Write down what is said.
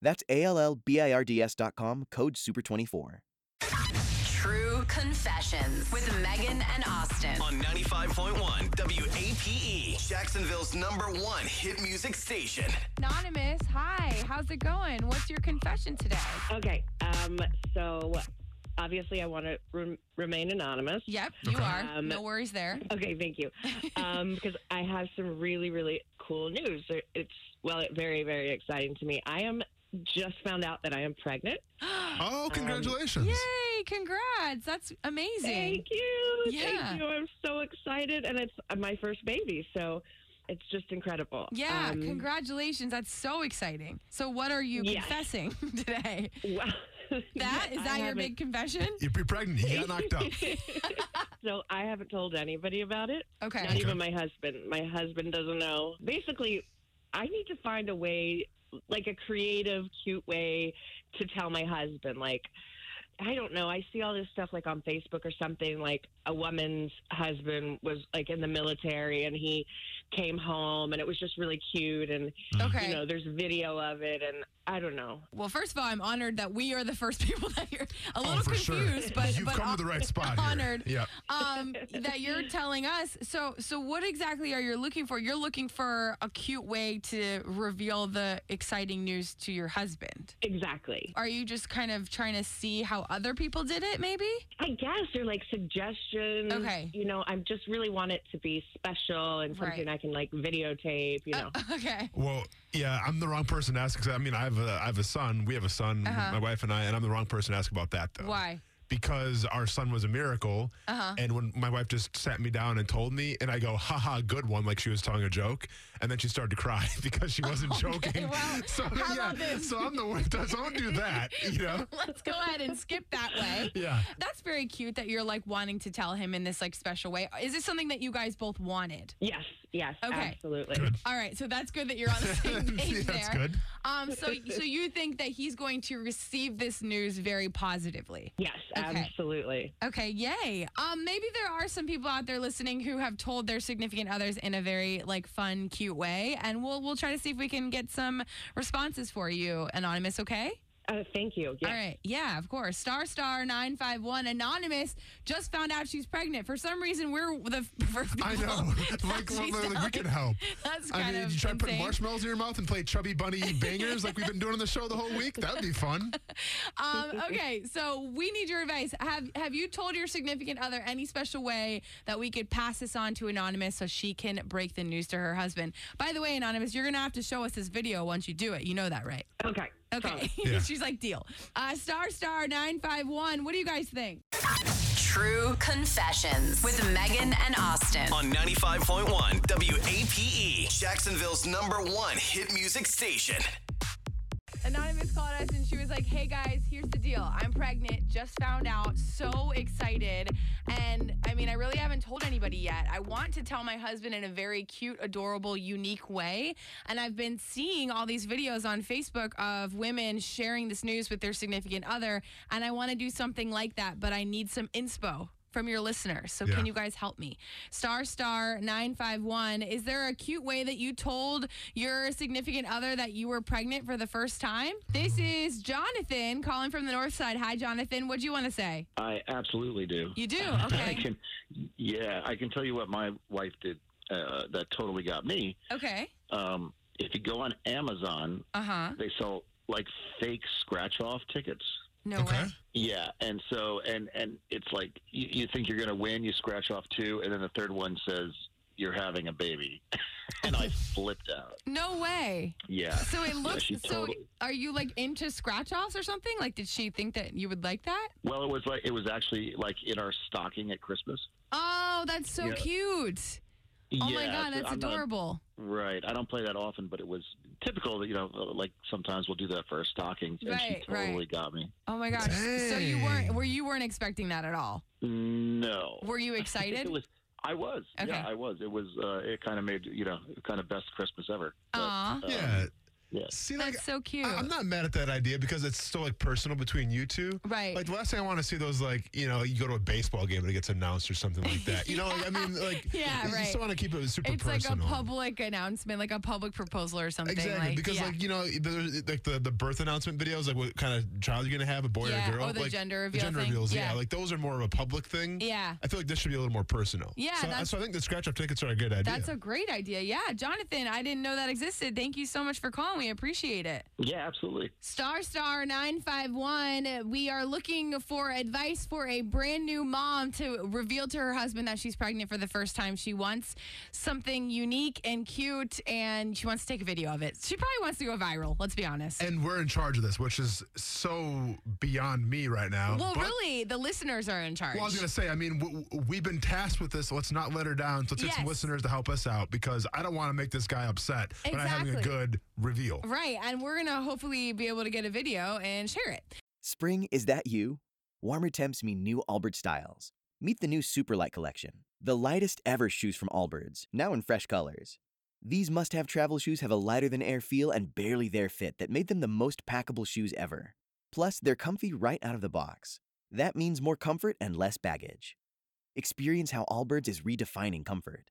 That's A L L B I R D S dot com, code SUPER24. True Confessions with Megan and Austin. on 95.1 WAPE, E, Jacksonville's number one hit music station. Anonymous, hi. How's it going? What's your confession today? Okay. Um, so obviously, I want to re- remain anonymous. Yep, you are. Um, no worries there. Okay, thank you. Um, because I have some really, really cool news. It's, well, very, very exciting to me. I am just found out that I am pregnant. Um, Oh, congratulations. Yay, congrats. That's amazing. Thank you. Yeah. Thank you. I'm so excited. And it's my first baby. So it's just incredible. Yeah, Um, congratulations. That's so exciting. So, what are you Yes. confessing today? Wow. That is I that your haven't- big confession? You're pregnant. You got knocked up. So I haven't told anybody about it. Okay. Not even my husband. My husband doesn't know. Basically, I need to find a way, like a creative, cute way to tell my husband. Like, I don't know. I see all this stuff like on Facebook or something. Like, a woman's husband was like in the military and he came home and it was just really cute. And, Okay. you know, there's video of it. And I don't know. well, first of all, I'm honored that we are the first people that you're a little Oh, for confused, sure. but You've but come hon- to the right spot. here. honored. Yeah. um, that you're telling us. So, so what exactly are you looking for? You're looking for a cute way to reveal the exciting news to your husband. Exactly. Are you just kind of trying to see how other people did it? Maybe. I guess they're like suggestions. Okay. You know, I just really want it to be special and something Right. Uh, I can like videotape, you know. Okay. Well, yeah, I'm the wrong person to ask. 'cause, I mean, I have a, I have a son. We have a son, my wife and I, and I'm the wrong person to ask about that, though. Uh-huh. Why? Because our son was a miracle. Uh-huh. And when my wife just sat me down and told me, and I go, haha, good one, like she was telling a joke. And then she started to cry because she wasn't joking. well, so, how yeah, about this? so I'm the one. Don't do that, you know? Let's go ahead and skip that way. Yeah. That's very cute that you're like wanting to tell him in this like special way. Is this something that you guys both wanted? Yes, yes, Okay. absolutely. All right, so that's good that you're on the same page Yeah, there. that's good. Um, so so you think that he's going to receive this news very positively? Yes, absolutely. Okay, yay. Um, maybe there are some people out there listening who have told their significant others in a very like fun, cute way, and we'll we'll try to see if we can get some responses for you, anonymous. Okay. Uh, thank you. Yes. All right. Yeah, of course. Star star nine five one anonymous just found out she's pregnant. For some reason, we're the first people. I know. like, She's like, like, we like- can help. That's I kind mean, of you try to put insane. marshmallows in your mouth and play chubby bunny bangers like we've been doing on the show the whole week. That'd be fun. Um, okay, so we need your advice. Have Have you told your significant other any special way that we could pass this on to anonymous so she can break the news to her husband? By the way, anonymous, you're gonna have to show us this video once you do it. You know that, right? Okay. Okay. Yeah. She's like, deal. Uh, star star nine five one. What do you guys think? True Confessions with Megan and Austin. On 95.1 WAPE, E, Jacksonville's number one hit music station. Anonymous called us and she was like, Hey guys, here's the deal. I'm pregnant, just found out, so excited. And I mean, I really haven't told anybody yet. I want to tell my husband in a very cute, adorable, unique way. And I've been seeing all these videos on Facebook of women sharing this news with their significant other. And I want to do something like that, but I need some inspo. From your listeners. So, Yeah. can you guys help me? Star Star 951. Is there a cute way that you told your significant other that you were pregnant for the first time? This is Jonathan calling from the North Side. Hi, Jonathan. What do you want to say? I absolutely do. You do? I Okay. can, yeah, I can tell you what my wife did uh, that totally got me. Okay. Um, if you go on Amazon, Uh huh. they sell like fake scratch off tickets. No way. Yeah, and so and and it's like you, you think you're gonna win, you scratch off two, and then the third one says you're having a baby, and I flipped out. No way. Yeah, So it looks she so. totally- Are you like into scratch offs or something? Like, did she think that you would like that? well, it was like it was actually like in our stocking at Christmas. Oh, that's so Yeah. cute. Oh my Yeah, God, so that's I'm not- adorable. Right. I don't play that often, but it was typical that you know, like sometimes we'll do that for our stockings, and she Right, right. totally got me. Oh my gosh. So you Dang. weren't were you weren't expecting that at all? No. Were you excited? It was. I was. Okay. Yeah, I was. It was. Uh, it kind of made you know, kind of best Christmas ever. But, Aw. um, yeah. yeah. See, like, That's so cute. I- I'm not mad at that idea because it's still like personal between you two. Right. Like the last thing I want to see those like you know you go to a baseball game and it gets announced or something like that. You know, like, I mean, like Yeah, you just right. want to keep it super it's like a personal. public announcement, like a public proposal or something. Exactly, like, because yeah. like you know, the, like the, the birth announcement videos, like what kind of child you're gonna have, a boy Yeah, or a girl, or the like, gender the reveal gender thing. reveals, yeah. Yeah. like those are more of a public thing. Yeah. I feel like this should be a little more personal. Yeah, so, that's- so I think the scratch off tickets are a good idea. That's a great idea. Yeah, Jonathan, I didn't know that existed. Thank you so much for calling. We appreciate it. Yeah. Absolutely. Star Star 951, we are looking for advice for a brand new mom to reveal to her husband that she's pregnant for the first time. She wants something unique and cute, and she wants to take a video of it. She probably wants to go viral, let's be honest. and we're in charge of this, which is so beyond me right now. well, but- really, the listeners are in charge. Well, I was gonna say, I mean, w- w- we've been tasked with this. Let's not let her down. So let's get some Yes. listeners to help us out because I don't want to make this guy upset by not having a Exactly. good reveal. Right, and we're going to hopefully be able to get a video and share it. Spring, is that you? Warmer temps mean new Allbirds styles. Meet the new Superlight collection, the lightest ever shoes from Allbirds, now in fresh colors. These must have travel shoes have a lighter than air feel and barely their fit that made them the most packable shoes ever. Plus, they're comfy right out of the box. That means more comfort and less baggage. Experience how Allbirds is redefining comfort.